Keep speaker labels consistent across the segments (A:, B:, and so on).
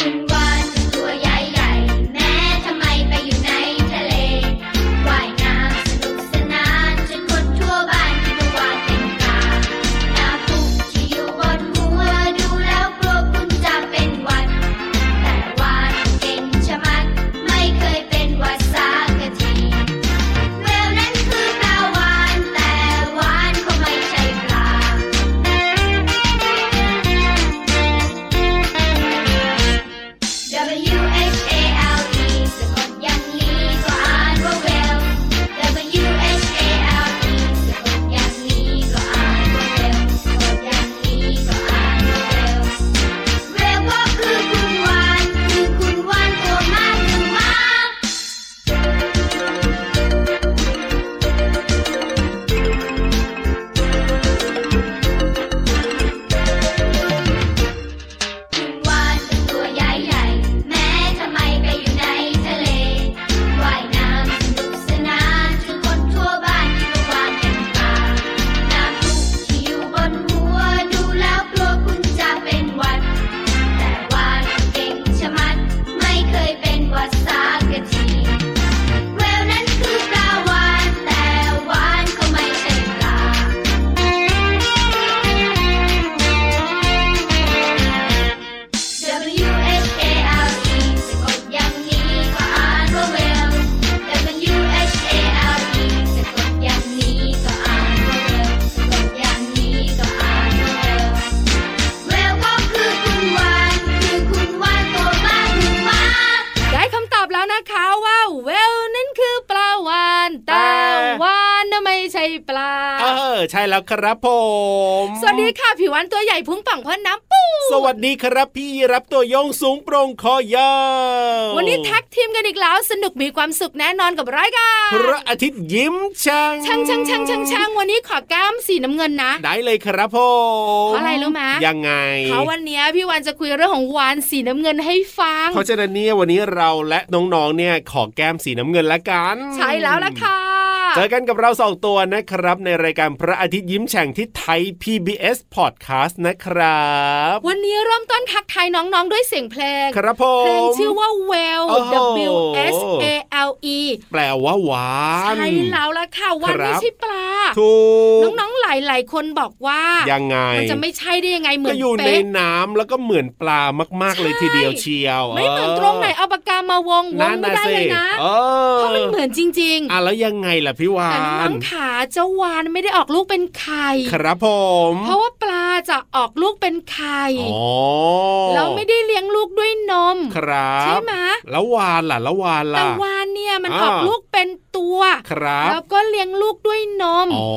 A: คุณวานตัวใหญ่ๆ แม้ทำไมไปอยู่ในทะเล ว่ายน้ำสนุกสนานจนคนทั่วบ้านคิดว่าวานเป็นปลาปลาปุกที่อยู่บนหัวดูแล้วกลัวคุณจะเป็นหวัด แต่วานเก่งชะมัดไม่เคยเป็นหวัดสักที แววนั้นคือปลาวานแต่วานเขาไม่ใช่ปลา W H A L E สะกดอย่างนี้ก็อ่านว่า well W H A L E สะกดอย่างนี้ก็อ่านว่า well สะกดอย่างนี้ก็อ่านว่า well well ก็คือคุณวานคือคุณวานตัวมากหรือมาก วานเป็นตัวใหญ่ๆ แม้ทำไมไปอยู่ในทะเล ว่ายน้ำสนุกสนานจนคนทั่วบ้านคิดว่าวานเป็นปลาน้ำพุที่อยู่บนหัวดูแล้วกลัวคุณจะเป็นหวัด แต่วานเก่งชะมัดไม่เคยเป็นหวัดสักทีแววนั้นคือปลาวาน แต่วานเขาไม่ใช่ปลา W H A L E สะกดอย่างนี้ก็อ่านว่า well W H A L E สะกดอย่างนี้ก็อ่านว่า well สะกดอย่างนี้ก็อ่านว่า well well ก็คือคุณวานคือคุณวานตัวมากหรือมาก
B: ได้คำตอบแล้วนะคะว่าเวลนั่นคือปลาวานแต่วานน่ะไม่ใช่ปลา
C: เออใช่แล้วครับผม
B: สวัสดีค่ะผิววันตัวใหญ่พุงป่องพ่นน้ำปู
C: สวัสดีครับพี่รับตัวโยงสูงโปร่งคอยาว
B: วันนี้แท็กทีมกันอีกแล้ว สนุกมีความสุขแน่นอนกับรายการ
C: พระอาทิตย์ยิ้มช่าง
B: ช่างช่างช่างช่างช่างวันนี้ขอแก้มสีน้ำเงินนะ
C: ได้เลยครับผม
B: เพราะอะไรรู้มะ
C: ยังไง
B: เพราะวันนี้พี่วันจะคุยเรื่องของวานสีน้ำเงินให้ฟัง
C: เพราะฉะนั้นเนี่ยวันนี้เราและน้องๆเนี่ยขอแก้มสีน้ำเงินละกัน
B: ใช่แล้วล่ะค่ะ
C: เจอกันกับเราสองตัวนะครับ ในรายการพระอาทิตย์ยิ้มแฉ่งที่ไทย PBS Podcast นะครับ
B: วันนี้เริ่มต้นทักทายน้องๆด้วยเสียงเพลง
C: ครับผม
B: เพลงชื่อว่า Well
C: โอ้โห
B: W S A L E
C: แปลว่าหวาน
B: ใช่แล้วล่ะค่ะวัน
C: ครับ
B: ไม่ใช่ปลา
C: ถูก
B: น้องๆหลายๆคนบอกว่า
C: ยังไง
B: มันจะไม่ใช่ได้ยังไงเหมื
C: ก็
B: อน
C: อยู่ใน
B: เป๊ะ
C: น้ำแล้วก็เหมือนปลามาก ๆ เลย
B: ใช่
C: ทีเดียวเชียว
B: ไม่เหมือนตรงไหนเอาปากกามาวงว
C: นั่
B: ง
C: น
B: ไม่ได้
C: สิ
B: เลยนะ
C: เออ
B: เพราะมันเหมือนจริง
C: อ่ะแล้วยังไงล่ะพี่วา
B: ๆแต่น้
C: น
B: องๆขาเจ้าวานไม่ได้ออกลูกเป็นไข่
C: ครับผม
B: เพราะว่าปลาจะออกลูกเป็นไข่
C: อ๋อ
B: แล้วไม่ได้เลี้ยงลูกด้วยนม
C: ครับ
B: ใช่ไหมะ
C: แล้ววานล่ะแล้ววาน
B: แต่
C: ล่ะ
B: วานเนี่ยมัน
C: อ่า
B: ออกลูกเป็นตัว
C: ครับ
B: แล้วก็เลี้ยงลูกด้วยนม
C: อ๋อ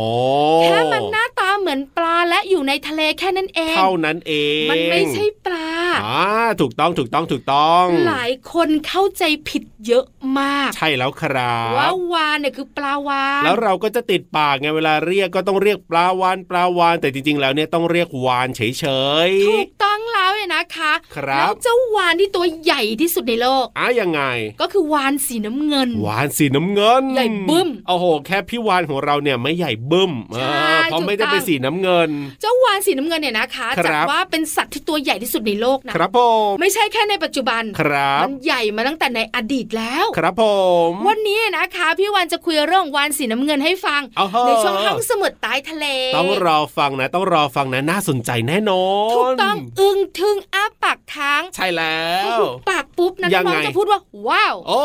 B: แค่มันหน้าตาเหมือนปลาและอยู่ในทะเลแค่นั้นเอง
C: เท่านั้นเอง
B: มันไม่ใช่ปลา
C: อ่าถูกต้องถูกต้องถูกต้อง
B: หลายคนเข้าใจผิดเยอะมาก
C: ใช่แล้วครั
B: ว่า
C: บ
B: วานเนี่ยคือปลาวาน
C: แล้วเราก็จะติดปากไงเวลาเรียกก็ต้องเรียกปลาวานปลาวานแต่จริง ๆ แล้วเนี่ยต้องเรียกวานเฉย
B: ถูกต้องแล้วเนี่ยนะคะ
C: ครับ
B: แล้วเจ้าวานที่ตัวใหญ่ที่สุดในโลก
C: ๆอ่ะยังไง
B: ก็คือวานสีน้ำเงิน
C: วานสีน้ำเงิน
B: ใหญ่บึ้ม
C: โอ้โห แค่พี่วานของเราเนี่ยไม่ใหญ่บึ้ม
B: ใช่
C: เออเพราะ
B: ถูก
C: ไม่ได้
B: ต้
C: เป็น
B: อง
C: สีน้ำเงิน
B: เจ้าวานสีน้ำเงินเนี่ยนะคะ
C: ครับ
B: จัดว่าเป็นสัตว์ที่ตัวใหญ่ที่สุดในโลกนะครับ
C: ผม
B: ไม่ใช่แค่ในปัจจุบัน
C: ครับ
B: มันใหญ่มาตั้งแต่ในอดีตแล้ว
C: ครับผม
B: วันนี้นะคะพี่วานจะคุยเรื่องวานสีน้ำเงินให้ฟัง
C: เอาเหอะ
B: ในช่วงห้องสมุดใต้ทะเล
C: ต้องรอฟังนะ ต้องรอฟังนะน่าสนใจแน่นอน
B: ถูกต้องอึ้งทึ่งอ้าปากค้าง
C: ใช่แล้ว
B: หุบปากปุ๊บนะ
C: ยัง
B: น้
C: ไง
B: องๆจะพูดว่า ว้าว
C: โอ้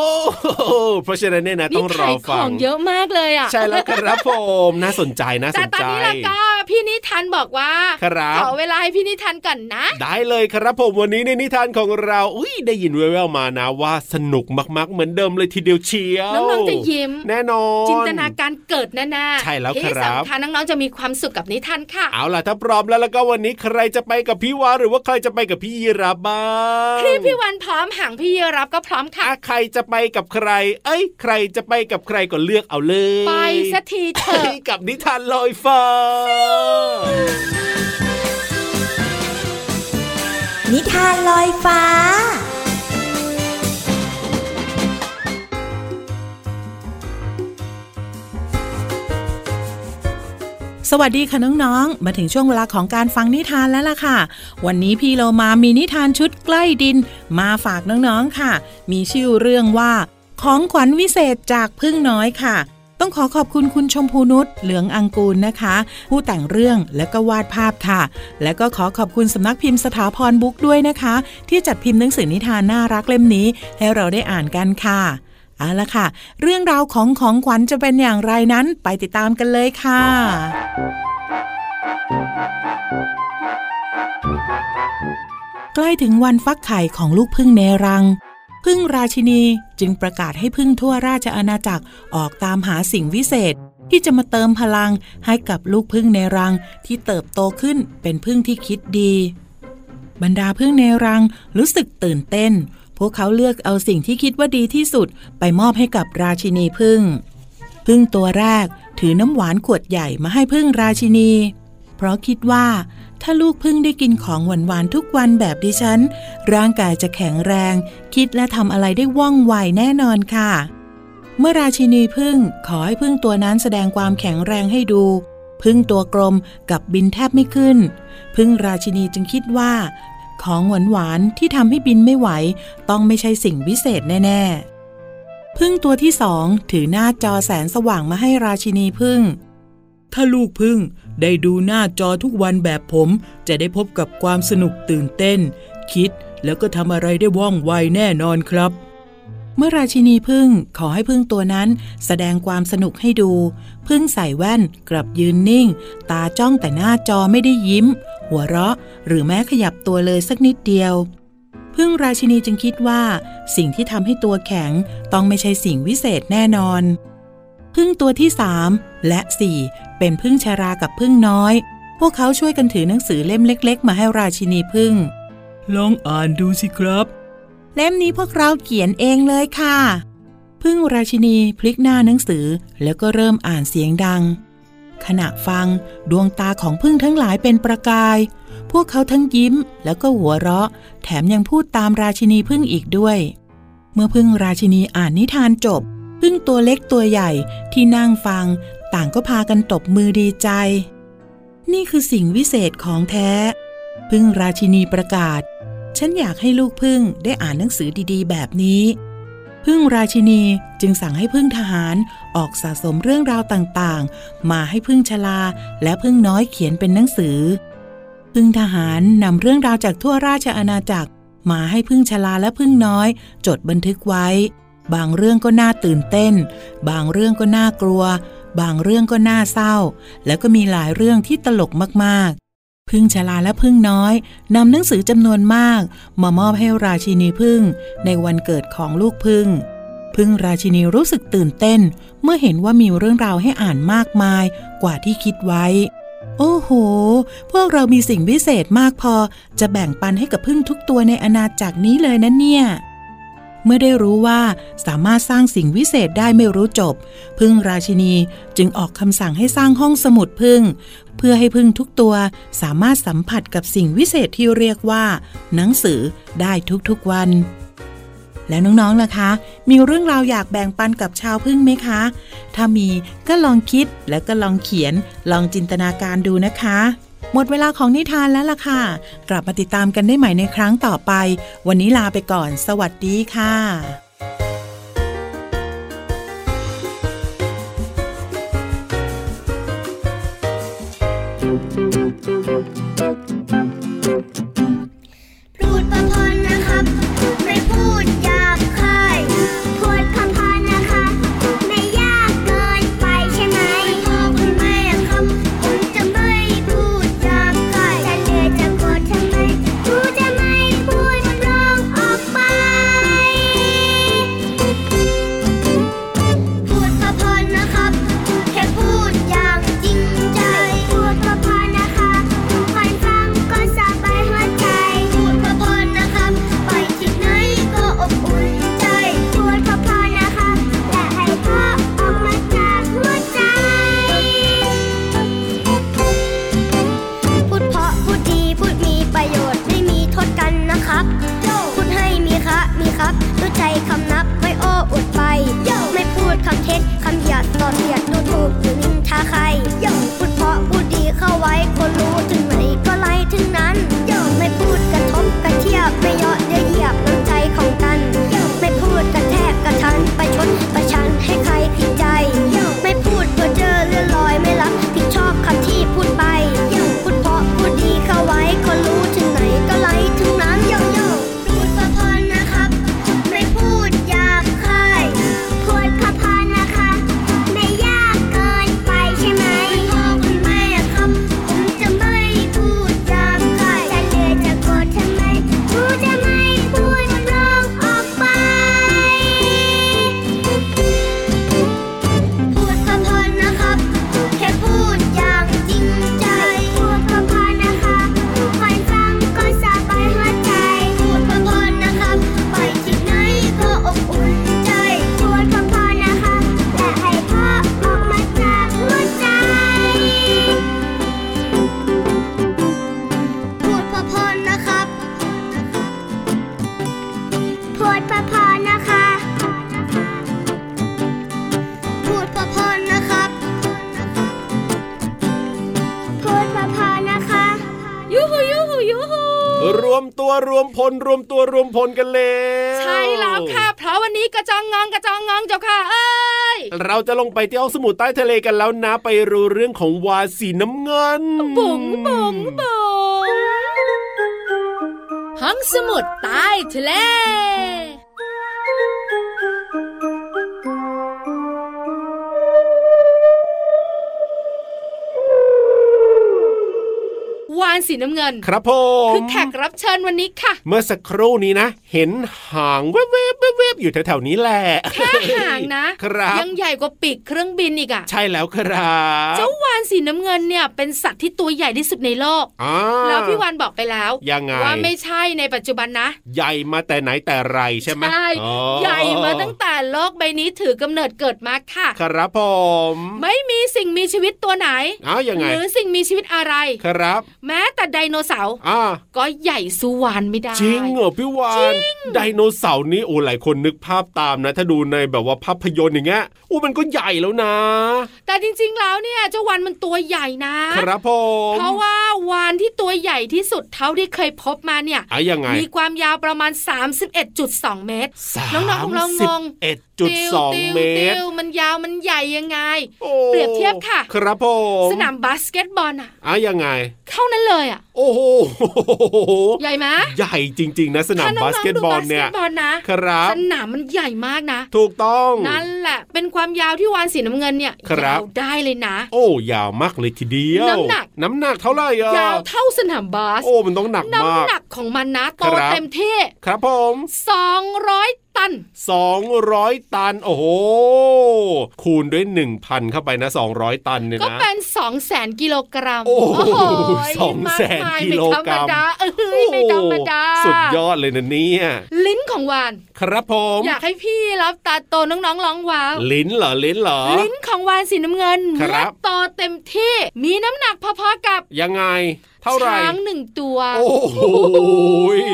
C: โหเพราะฉะนั้นเนี่ยนะต้
B: นี่
C: องรอ
B: ขายข
C: ฟั
B: อง งเยอะมากเลยอ่ะ
C: ใช่แล้วครับผมน่าสนใจน่าส
B: แต่
C: น
B: ตอน
C: ใจ
B: นี้เราก็พี่นิทานบอกว่า
C: ครับ
B: ขอเวลาให้พี่นิทานก่อนนะ
C: ได้เลยครับผมวันนี้ในนิทานของเราอุ้ยได้ยินแว่วๆมานะว่าสนุกมากๆเหมือนเดิมเลยทีเดียวเชียว
B: น้องๆจะยิ้ม
C: แน่นอน
B: จินตนาการเกิดแน่ๆ
C: ใช่แล้ว
B: ที่
C: ครับ
B: สำคัญน้องๆจะมีความสุขกับนิทานค่ะ
C: เอาล่ะถ้าพร้อมแล้วแล้วก็วันนี้ใครจะไปกับพี่วานหรือว่าใครจะไปกับพี่ยีราฟบ้าง
B: คลิปพี่วันพร้อมห่างพี่รับก็พร้อมค่ะ
C: อ่ะใครจะไปกับใคร เอ้ย ใครจะไปกับใครก็เลือกเอาเลย
B: ไปสักทีเถ
C: เอ้
B: อะ
C: ยกับนิทานลอยฟ้า
D: นิทานลอยฟ้า
E: สวัสดีค่ะน้องๆ มาถึงช่วงเวลาของการฟังนิทานแล้วล่ะค่ะ วันนี้พี่เรามามีนิทานชุดใกล้ดิน มาฝากน้องๆ ค่ะ มีชื่อเรื่องว่า ของขวัญวิเศษจากพึ่งน้อยค่ะ ต้องขอขอบคุณคุณชมพูนุชเหลืองอังกูลนะคะ ผู้แต่งเรื่องและก็วาดภาพค่ะ และก็ขอขอบคุณสำนักพิมพ์สถาพรบุ๊กด้วยนะคะ ที่จัดพิมพ์หนังสือนิทานน่ารักเล่มนี้ ให้เราได้อ่านกันค่ะ เอาละค่ะ เรื่องราวของของขวัญจะเป็นอย่างไรนั้นไปติดตามกันเลยค่ะ ใกล้ถึงวันฟักไข่ของลูกพึ่งในรัง พึ่งราชินีจึงประกาศให้พึ่งทั่วราชอาณาจักรออกตามหาสิ่งวิเศษ ที่จะมาเติมพลังให้กับลูกพึ่งในรังที่เติบโตขึ้นเป็นพึ่งที่คิดดี บรรดาพึ่งในรังรู้สึกตื่นเต้น พวกเขาเลือกเอาสิ่งที่คิดว่าดีที่สุด ไปมอบให้กับราชินีพึ่ง พึ่งตัวแรกถือน้ำหวานขวดใหญ่มาให้พึ่งราชินี เพราะคิดว่า ถ้าลูกพึ่งได้กินของหวานๆทุกวันแบบดิฉัน ร่างกายจะแข็งแรง คิดและทำอะไรได้ว่องไวแน่นอนค่ะ เมื่อราชินีพึ่งขอให้พึ่งตัวนั้นแสดงความแข็งแรงให้ดู พึ่งตัวกลมกับบินแทบไม่ขึ้น พึ่งราชินีจึงคิดว่า ของหวานๆที่ทำให้บินไม่ไหว ต้องไม่ใช่สิ่งวิเศษแน่ๆ พึ่งตัวที่สองถือหน้าจอแสนสว่างมาให้ราชินีพึ่ง ถ้าลูกพึ่งได้ดูหน้าจอทุกวันแบบผม จะได้พบกับความสนุกตื่นเต้น คิดแล้วก็ทำอะไรได้ว่องไวแน่นอนครับ เมื่อราชินีพึ่งขอให้พึ่งตัวนั้นแสดงความสนุกให้ดู พึ่งใส่แว่นกลับยืนนิ่ง ตาจ้องแต่หน้าจอไม่ได้ยิ้ม หัวเราะ หรือแม้ขยับตัวเลยสักนิดเดียว พึ่งราชินีจึงคิดว่า สิ่งที่ทำให้ตัวแข็งต้องไม่ใช่สิ่งวิเศษแน่นอน พึ่งตัวที่สามและสี่เป็นพึ่งชารากับพึ่งน้อย พวกเขาช่วยกันถือหนังสือเล่มเล็ก ๆ มาให้ราชินีพึ่ง ลองอ่านดูสิครับ เล่มนี้พวกเราเขียนเองเลยค่ะ พึ่งราชินีพลิกหน้าหนังสือแล้วก็เริ่มอ่านเสียงดัง ขณะฟังดวงตาของพึ่งทั้งหลายเป็นประกาย พวกเขาทั้งยิ้มแล้วก็หัวเราะ แถมยังพูดตามราชินีพึ่งอีกด้วย เมื่อพึ่งราชินีอ่านนิทานจบ พึ่งตัวเล็กตัวใหญ่ที่นั่งฟัง ต่างก็พากันตบมือดีใจ นี่คือสิ่งวิเศษของแท้ พึ่งราชินีประกาศ ฉันอยากให้ลูกพึ่งได้อ่านหนังสือดีๆ แบบนี้ พึ่งราชินีจึงสั่งให้พึ่งทหารออกสะสมเรื่องราวต่างๆ มาให้พึ่งชลาและพึ่งน้อยเขียนเป็นหนังสือ พึ่งทหารนำเรื่องราวจากทั่วราชอาณาจักร มาให้พึ่งชลาและพึ่งน้อย จดบันทึกไว้ บางเรื่องก็น่าตื่นเต้น บางเรื่องก็น่ากลัว บางเรื่องก็น่าเศร้า แล้วก็มีหลายเรื่องที่ตลกมากๆ พึ่งชลาและพึ่งน้อยนำหนังสือจำนวนมาก มามอบให้ราชินีพึ่ง ในวันเกิดของลูกพึ่ง พึ่งราชินีรู้สึกตื่นเต้น เมื่อเห็นว่ามีเรื่องราวให้อ่านมากมายกว่าที่คิดไว้ โอ้โห พวกเรามีสิ่งพิเศษมากพอ จะแบ่งปันให้กับพึ่งทุกตัวในอาณาจักรนี้เลยนะเนี่ย เมื่อได้รู้ว่าสามารถสร้างสิ่งวิเศษได้ไม่รู้จบ พึ่งราชินีจึงออกคำสั่งให้สร้างห้องสมุดพึ่ง เพื่อให้พึ่งทุกตัวสามารถสัมผัสกับสิ่งวิเศษที่เรียกว่า หนังสือได้ทุกๆวัน แล้วน้องๆ ล่ะคะ มีเรื่องราวอยากแบ่งปันกับชาวพึ่งไหมคะ ถ้ามีก็ลองคิดแล้วก็ลองเขียน ลองจินตนาการดูนะคะ หมดเวลาของนิทานแล้วล่ะค่ะ กลับมาติดตามกันได้ใหม่ในครั้งต่อไป วันนี้ลาไปก่อน สวัสดีค่ะ
A: พรูดประพนนะครับ ไม่พูดหยาบคายพูดคำพันนะคะ ไม่ยากเกินไปใช่ไหมพ่อคุณแม่ครับผมจะไม่พูดหยาบคายจะเดือดจะโกรธทำไมกูจะไม่พูดร้องออกไป พูดพอๆนะครับ แค่พูดอย่างจริงใจ พูดพอๆนะคะคนฟังก็ส
B: ยูฮู
C: รวมตัวรวมพลรวมตัวรวมพลกันแล้ว
B: ใช่แล้วค่ะ เพราะวันนี้กระจองงองกระจองงองเจ้าค่ะ เอ้ย
C: เราจะลงไปที่ห้องสมุดใต้ทะเลกันแล้วนะไปรู้เรื่องของวาฬสีน้ำเงิน
B: บุ๋งบุ๋งบุ๋งห้องสมุดใต้ทะเล วานสีน้ำเงิน
C: ครับผม
B: คือแขกรับเชิญวันนี้ค่ะ
C: เมื่อสักครู่นี้นะ เห็นหางเวบเวบเวบๆอยู่แถวๆนี้แหละ
B: แค่หางนะ
C: ครับ
B: ยังใหญ่กว่าปีกเครื่องบินอีกอะ
C: ใช่แล้วครับ
B: เจ้าวานสีน้ำเงินเนี่ยเป็นสัตว์ที่ตัวใหญ่ที่สุดในโลก
C: อ่า
B: แล้วพี่วานบอกไปแล้ว
C: ยังไง
B: ว่าไม่ใช่ในปัจจุบันนะ
C: ใหญ่มาแต่ไหนแต่ไรใช่ไหม
B: ใช่
C: อ๋อ
B: ใหญ่มาตั้งแต่โลกใบนี้ถือกำเนิดเกิดมาค่ะ
C: ครับผม
B: ไม่มีสิ่งมีชีวิตตัวไหน
C: อ้าวยังไง
B: หรือสิ่งมีชีวิตอะไร
C: ครับ
B: แม้แต่ไดโนเสาร์
C: อ่า
B: ก็ใหญ่สู้วานไม่ได้
C: จริงเหรอพี่วานไดโนเสาร์นี่โอ้หลายคนนึกภาพตามนะ ถ้าดูในแบบว่าภาพยนตร์อย่างเงี้ยโอ้มันก็ใหญ่แล้วนะ
B: แต่จริงๆแล้วเนี่ยเจ้าวานมันตัวใหญ่นะ
C: ครับผม
B: เพราะว่าวานที่ตัวใหญ่ที่สุดเท่าที่เคยพบมาเนี่ย
C: อ่ะยังไง
B: มีความยาวประมาณ 31.2 เมตร น้องๆของเรางง
C: เอ็ดจุดสอง
B: ติ้วๆ
C: เมตร
B: ติ้วๆมันยาวมันใหญ่ยังไง
C: โอ้
B: เปรียบเทียบค่ะ
C: ครับผม
B: สนามบาสเกตบอลอะ
C: อ่ะยังไง
B: เท่านั้นเลยอะ
C: โอ้โห
B: ใหญ่ไหม
C: ใหญ่จริง ๆ นะสนาม
B: ถ้น้องๆ
C: บาสเกตบอลเนี่ย
B: ดูบาสเกตบอลนะครับ สนามมันใหญ่มากนะ
C: ถูกต้อง
B: นั่นแหละ เป็นความยาวที่วานสีน้ำเงินเนี่ย
C: ครับ
B: ยาวได้เลยนะ
C: โอ้ยาวมากเลยทีเดียว
B: น้ำหนัก
C: น้ำหนักเท่าไหร่อ่ะ
B: ยาวเท่าสนามบาส
C: โอ้มันต้องหนักมาก
B: น้ำหนักของมันนะโต
C: ครับ
B: เต็มที่
C: ครับผม
B: 200 ตัน
C: 200 ตัน โอ้โห คูณด้วย 1,000 เข้าไปนะ 200 ตันเนี่ย
B: ก็
C: นะ
B: เป็น 2 0 0แสนกิโลกรัม
C: โอ้โห
B: ย
C: สองแสน
B: มามาย
C: กิโลกรัม
B: ไธรรมดาเอ้ยไม่ธรรมดา
C: โอ้สุดยอดเลยนะเนี่ย
B: ลิ้นของวาน
C: ครับผม
B: อยากให้พี่รับตาโตน้องๆร้องว้าว
C: ลิ้นเหรอ ลิ้นเหรอ
B: ลิ้นของวานสีน้ำเงิน
C: ครั
B: เมื่อบ โตเต็มที่ มีน้ำหนักพอๆกับ
C: ยังไง เท่าไหร่
B: ช้างหนึ่งตัว
C: โอ้โหย
B: โ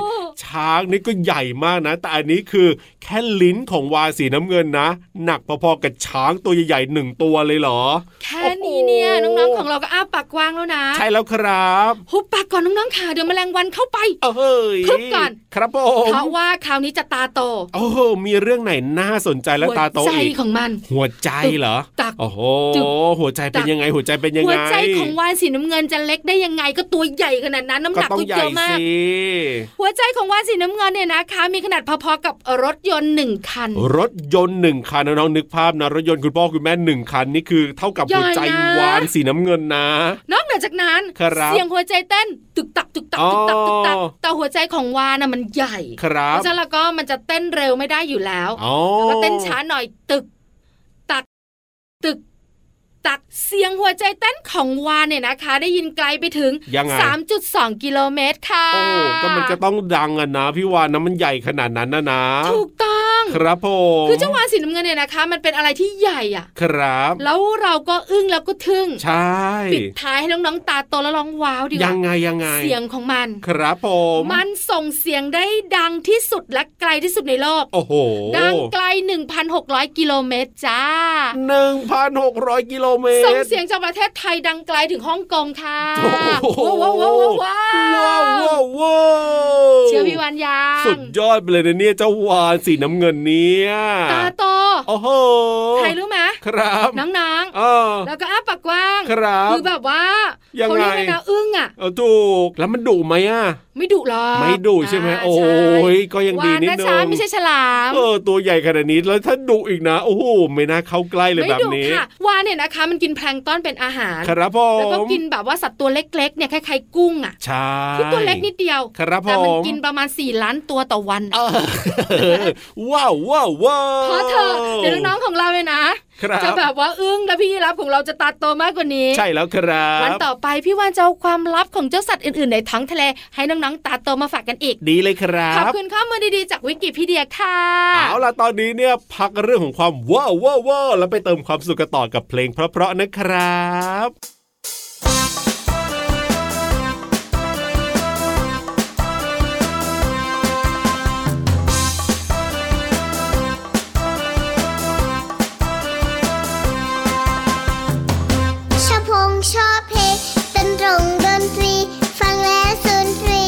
B: อ้โห
C: ช้างนี่ก็ใหญ่มากนะ แต่อันนี้คือแค่ลิ้นของวาสีน้ำเงินนะ หนักพอๆกับช้างตัวใหญ่ๆหนึ่งตัวเลยเหรอ
B: แค่นี้เนี่ย
C: โอ้
B: น้
C: โห
B: องๆของเราก็อ้าปากกว้างแล้วนะ
C: ใช่แล้วครับ
B: หุบปากก่อนน้องๆค่ะเดี๋ยวแมลงวันเข้าไป
C: เอ้ย
B: พึบก่อน
C: ครับผ
B: เพ
C: ม
B: ราะว่าคราวนี้จะตาโต
C: โอ้โหมีเรื่องไหนน่าสนใจและ
B: หัว
C: ตาโต
B: ใจ
C: อีก
B: ของมัน
C: หัวใจเหรอ
B: ตัก
C: โอ้โห
B: จึ๊บ
C: หัวใจเป็น
B: ตัก
C: ยังไงหัวใจเป็นยัง
B: หัว
C: ไง
B: ใจของวานสีน้ำเงินจะเล็กได้ยังไงก็ตัวใหญ่ขนาดนั้นน้ำห
C: ก็
B: นัก
C: ต้องให
B: ก็เย
C: ญ่
B: อะมาก
C: สิ
B: หัวใจของวานสีน้ำเงินเนี่ยนะคะ มีขนาดพอๆกับรถยนต์หนึ่งคัน
C: รถยนต์หนึ่งคันนะน้องนึกภาพนะรถยนต์คุณพ่อคุณแม่หนึ่งคันนี่คือเท่ากับหัวใจ
B: ใหญ่นะ
C: วานสีน้ำเงินนะ
B: นอกเหนือจากนั้น
C: ครับ
B: เสียงหัวใจเต้นตึกตักตึกตักตึกตักตึกตักแต่หัวใจของวานน่ะมันใหญ่
C: ครั
B: เพ
C: บ
B: ราะฉะนั้นแล้วก็มันจะเต้นเร็วไม่ได้อยู่แล้ว
C: อ๋อ
B: แล้วก็เต้นช้าหน่อยตึก ตัก ตึก ตักเสียงหัวใจเต้นของวานเนี่ยนะคะ ได้ยินไกลไปถึง
C: ยังไง
B: 3.2 กิโลเมตรค่ะ
C: โอ้ก็มันจะต้องดังอะนะพี่วานนะมันใหญ่ขนาดนั้นนะนะ
B: ถูกต้อง
C: ครับผม
B: คือเจ้าวานสีน้ำเงินเนี่ยนะคะ มันเป็นอะไรที่ใหญ่อะ
C: ครับ
B: แล้วเราก็อึ้งแล้วก็ทึ่ง
C: ใช่
B: ปิดท้ายให้น้องๆตาโตแล้วร้องว้าวดีก
C: ยั
B: ว่าง
C: ไงยังไง
B: เสียงของมัน
C: ครับผม
B: มันส่งเสียงได้ดังที่สุดและไกลที่สุดในโลก
C: โอ้โห
B: ดังไกล 1,600 กิโลเมตรจ้า
C: หนึ่งพันหกร้อยกิโลเมตร
B: ส่งเสียงจากประเทศไทยดังไกลถึงฮ่องกงค่ะ
C: โอ้โห
B: ว้าวว้าวว้าวว้า
C: ว้าวว้าว วว้าว
B: เชื่อพี่วานยัง
C: สุดยอดไปเลยนะเนี่ยเจ้าวานสีน้ำเงินเนี่ย
B: ตาโต
C: โอ้โห
B: ใครรู้ไหม
C: ครับ
B: น้อง
C: อ่า
B: ๆ แล้วก็อ้าปากกว้าง
C: ครับ
B: คือแบบว่า
C: ยัง
B: เขา
C: ไง
B: เรียกอะไรนะอึ้งอ่ะ
C: เออถูกแล้วมันดุไหมอะ
B: ไม่ดุหรอก
C: ไม่ดุใช่ไหมาโอ้ยก็ยังดีนิด
B: วา
C: นึ
B: ช้าง ไม่ใช่ฉลาม
C: เออตัวใหญ่ขนาดนี้แล้วถ้าดุอีกนะ โอ้โหไม่น่าเข้าใกล้เลย
B: ไม่
C: แบบ
B: ดุ
C: นี้
B: ค่ะวานเนี่ยนะคะ มันกินแพลงก์ต้อนเป็นอาหาร
C: ครับผ
B: แล้วก็
C: ม
B: กินแบบว่าสัตว์ตัวเล็กๆเนี่ยคล้ายๆกุ้งอ่ะ
C: ใช่
B: ที่ตัวเล็กนิดเดียว
C: ครับผ
B: แต่
C: ม
B: มันกินประมาณ 4 ล้านตัวต่อวันอะ
C: เออว้าวว้าวว้าว
B: พอเธอะเดี๋ยวน้องๆของเราเนี่ยนะ
C: ครับ
B: จะแบบว่าอึ้งแล้วพี่รับของเราจะตาโตมากกว่านี้
C: ใช่แล้วครับ
B: วันต่อไปพี่วานจะเอาความลับของเจ้าสัตว์อื่นๆในท้องทะเล ให้น้องๆตาโตมาฝากกันอีก
C: ดีเลยครั
B: ขอบบ คุณข้อมูลดีๆจากวิกิพีเดียค่ะ
C: เอาล่ะตอนนี้เนี่ยพักเรื่องของความว้าวว้าวว้าวแล้วไปเติมความสุขกันต่อกับเพลงเพราะๆนะครับ
F: ชอบพงชอบเพลงดนตรงดนตรี ฟังแล้วสุนทรี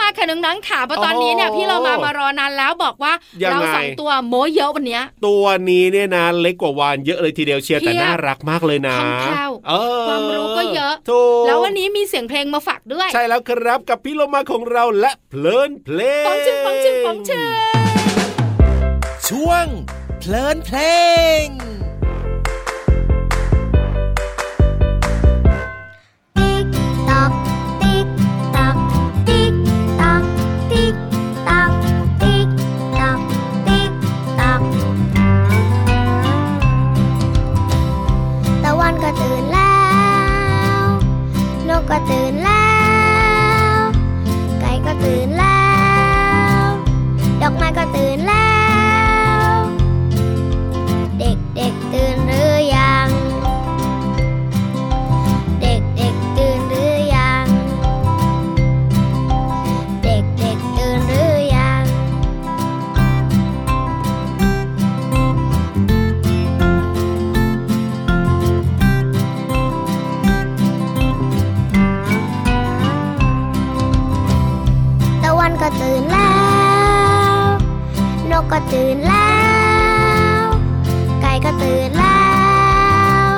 B: มั้งค่ะเพราะตอนนี้เนี่ย
C: โอ้
B: พี่เรามามารอนานแล้วบอกว่า
C: ยังไง
B: เราสองตัวโมเยอะวันเนี้ย
C: ตัวนี้เนี่ยนะเล็กกว่าวานเยอะเลยทีเดียวเชียร์
B: เพียบ
C: แต่น่ารักมากเลยนะ
B: คล่องแคล่ว
C: เออ
B: ความรู้ก็เยอะ
C: ถูก
B: แล้ววันนี้มีเสียงเพลงมาฝากด้วย
C: ใช่แล้วครับกับพี่โลมาของเราและเพลินเพลง
B: ปองชึงปองชึงปองชึง
G: ช่วง เพลินเพลง
F: ติ๊กตอกติ๊กตอกติ๊กตอกติ๊กตอกติ๊กตอกติ๊กตอกตะวันก็ตื่นแล้วนกก็ตื่นแล้ว ไก่ก็ตื่นแล้ว ดอกไม้ก็ตื่นแล้ว เด็กๆตื่นหรือยัง เด็กเด็กๆตื่นหรือยัง เด็กเด็กๆตื่นหรือยัง ตะวันก็ตื่นแล้ว นกก็ตื่นแล้ว ไก่ก็ตื่นแล้ว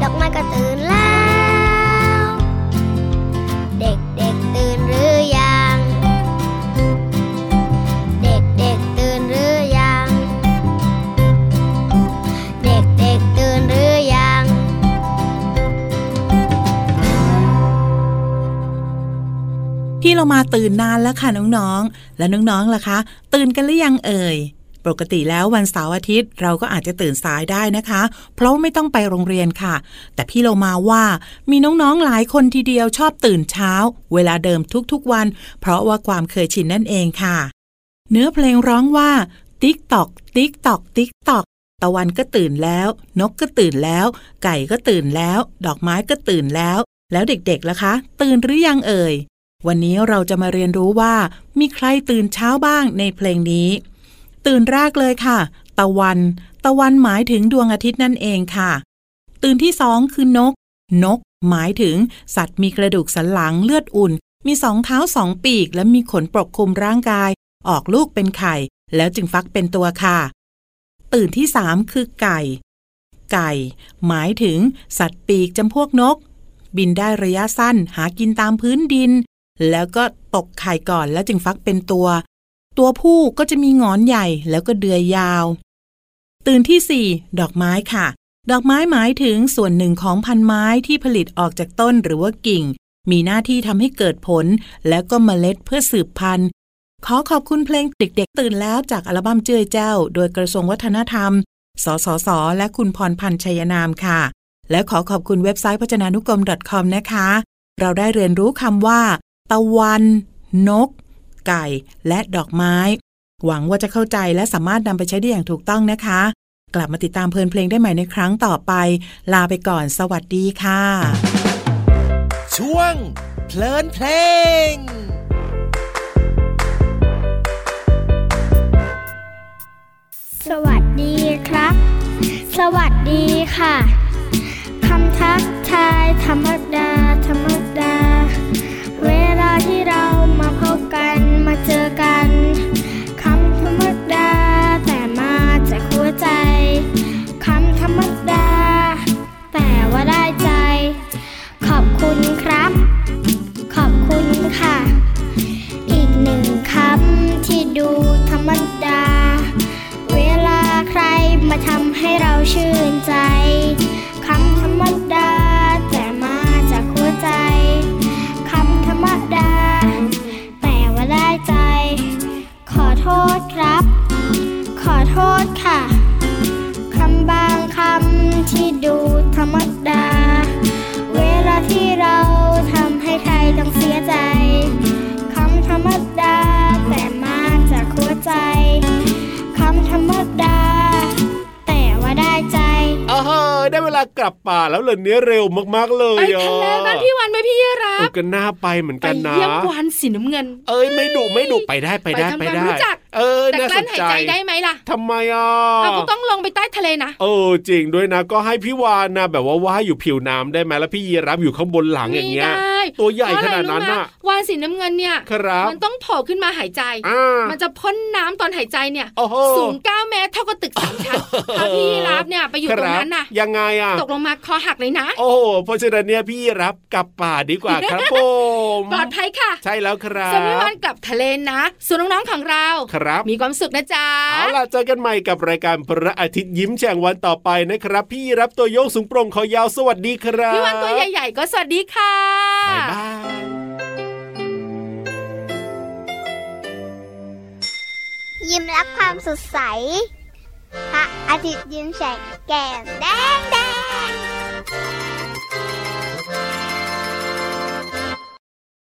F: ดอกไม้ก็ตื่นแล้ว เด็กเด็กๆตื่นหรือยัง เด็กเด็กๆตื่นหรือยัง เด็กเด็กๆตื่นหรือยัง
E: พี่เรามาตื่นนานแล้วค่ะน้องๆ และน้องๆล่ะคะ ตื่นกันหรือยังเอ่ย ปกติแล้ววันเสาร์อาทิตย์เราก็อาจจะตื่นสายได้นะคะ เพราะไม่ต้องไปโรงเรียนค่ะ แต่พี่เรามาว่ามีน้องๆหลายคนทีเดียวชอบตื่นเช้า เวลาเดิมทุกๆวัน เพราะว่าความเคยชินนั่นเองค่ะ เนื้อเพลงร้องว่า ติ๊กตอก ติ๊กตอก ติ๊กตอก ตะวันก็ตื่นแล้ว นกก็ตื่นแล้ว ไก่ก็ตื่นแล้ว ดอกไม้ก็ตื่นแล้ว แล้วเด็กๆล่ะคะ ตื่นหรือยังเอ่ย วันนี้เราจะมาเรียนรู้ว่า มีใครตื่นเช้าบ้างในเพลงนี้ ตื่นแรกเลยค่ะ ตะวัน ตะวันหมายถึงดวงอาทิตย์นั่นเองค่ะ ตื่นที่สองคือนก นก หมายถึง สัตว์มีกระดูกสันหลังเลือดอุ่น มีสองเท้าสองปีก และมีขนปกคลุมร่างกาย ออกลูกเป็นไข่ แล้วจึงฟักเป็นตัวค่ะ ตื่นที่สามคือไก่ ไก่ หมายถึง สัตว์ปีกจำพวกนก บินได้ระยะสั้นหากินตามพื้นดิน แล้วก็ตกไข่ก่อนแล้วจึงฟักเป็นตัว ตัวผู้ก็จะมีหงอนใหญ่แล้วก็เดือยยาว ตื่นที่ 4 ดอกไม้ค่ะ ดอกไม้หมายถึงส่วนหนึ่งของพันไม้ที่ผลิตออกจากต้นหรือว่ากิ่ง มีหน้าที่ทำให้เกิดผล แล้วก็เมล็ดเพื่อสืบพันธุ์ ขอขอบคุณเพลงเด็กๆตื่นแล้วจากอัลบั้มเจ้ยเจ้า โดยกระทรวงวัฒนธรรม สสส และคุณพรพันธ์ชัยนามค่ะ และขอขอบคุณเว็บไซต์พจนานุกรม .com นะคะ เราได้เรียนรู้คำว่า ตะวัน นก ไก่ และดอกไม้ หวังว่าจะเข้าใจและสามารถนำไปใช้ได้อย่างถูกต้องนะคะ กลับมาติดตามเพลินเพลงได้ใหม่ในครั้งต่อไป ลาไปก่อนสวัสดีค่ะ
G: ช่วง เพลินเพลง
F: สวัสดีครับ สวัสดีค่ะ คำทักทายธรรมดา ธรรมดา เวลาที่เรามาพบกันมาเจอกัน คำธรรมดา แต่มาจากหัวใจ คำธรรมดา แต่ว่าได้ใจ ขอบคุณครับ ขอบคุณค่ะ อีกหนึ่งคำที่ดูธรรมดา เวลาใครมาทำให้เราชื่นใจ คำธรรมดา แต่มาจากหัวใจ คำธรรมดา แต่ว่าได้ใจ ขอโทษครับ ขอโทษค่ะ คำบางคำที่ดูธรรมดา เวลาที่เราทำให้ใครต้องเสียใจ คำธรรมดา แต่มาจากหัวใจ คำธรรมดา แต่ว่าได้ใจ
C: อ่าฮะได้เวลากลับป่าแล้วเลยเนี้ยเร็วมากๆเลย
B: ไปทะเลบ้านพี่วันไหมพี่รั
C: เออบ ก็น่าไปเหมือน
B: ไป
C: กันนะ
B: เยี่ยมกวานสีน้ำเงิน
C: เอ้ยไม่ดุไม่ดุไปได้ไปได้
B: ไปทำ
C: ไป
B: ความ
C: ได้
B: รู้จัก
C: เออ
B: แต่
C: น่าก ส
B: ลั้น
C: น
B: หาย
C: ใจ
B: ใจได้ไหมล่ะ
C: ทำไมอ่ะ
B: เราก็ต้องลงไปใต้ทะเลนะ
C: เออจริงด้วยนะก็ให้พี่วานนะแบบว่าว่ายอยู่ผิวน้ำได้ไหมแล้วพี่ยีรับอยู่ข้างบนหลังอย่างเงี้ย
B: ไม่ได้ เลย
C: ตัวใหญ่
B: เพระอะ
C: ข
B: ไร
C: นาดนั้น
B: รู้ไหม
C: น่ะ
B: วานสีน้ำเงินเนี่ย
C: ครับ
B: มันต้องโผล่ขึ้นมาหายใจ
C: อ่า
B: มันจะพ่นน้ำตอนหายใจเนี่ย
C: โอ้โห
B: สูง 9 เมตรเท่ากับตึกสามชั้นถ้าพี่รับเนี่ยไปอยู่ตรงนั้นน่ะ
C: ครับยังไงอ่ะ
B: ตกลงมาคอหักเลยนะ
C: โอ้โหเพราะฉะนั้นเนี่ยพี่รับกลับป่าดีกว่าครับผม
B: ปลอดภัยค่ะ
C: ใช่แล้วครับ
B: จะไม่วันกลับทะเลนะส่วนน้องๆของเรา
C: ครับ
B: มีความสุขนะจ๊ะ
C: เอาล่ะเจอกันใหม่กับรายการพระอาทิตย์ยิ้มแฉ่งวันต่อไปนะครับ พี่รับตัวโยงสูงโปร่งคอยาวสวัสดีครับ
B: พี่วันตัวใหญ่ๆ ก็สวัสดีค่ะ
C: บ๊ายบาย
F: ยิ้มรับความสดใส พระอาทิตย์ยิ้มแฉกแก้มแดงแดง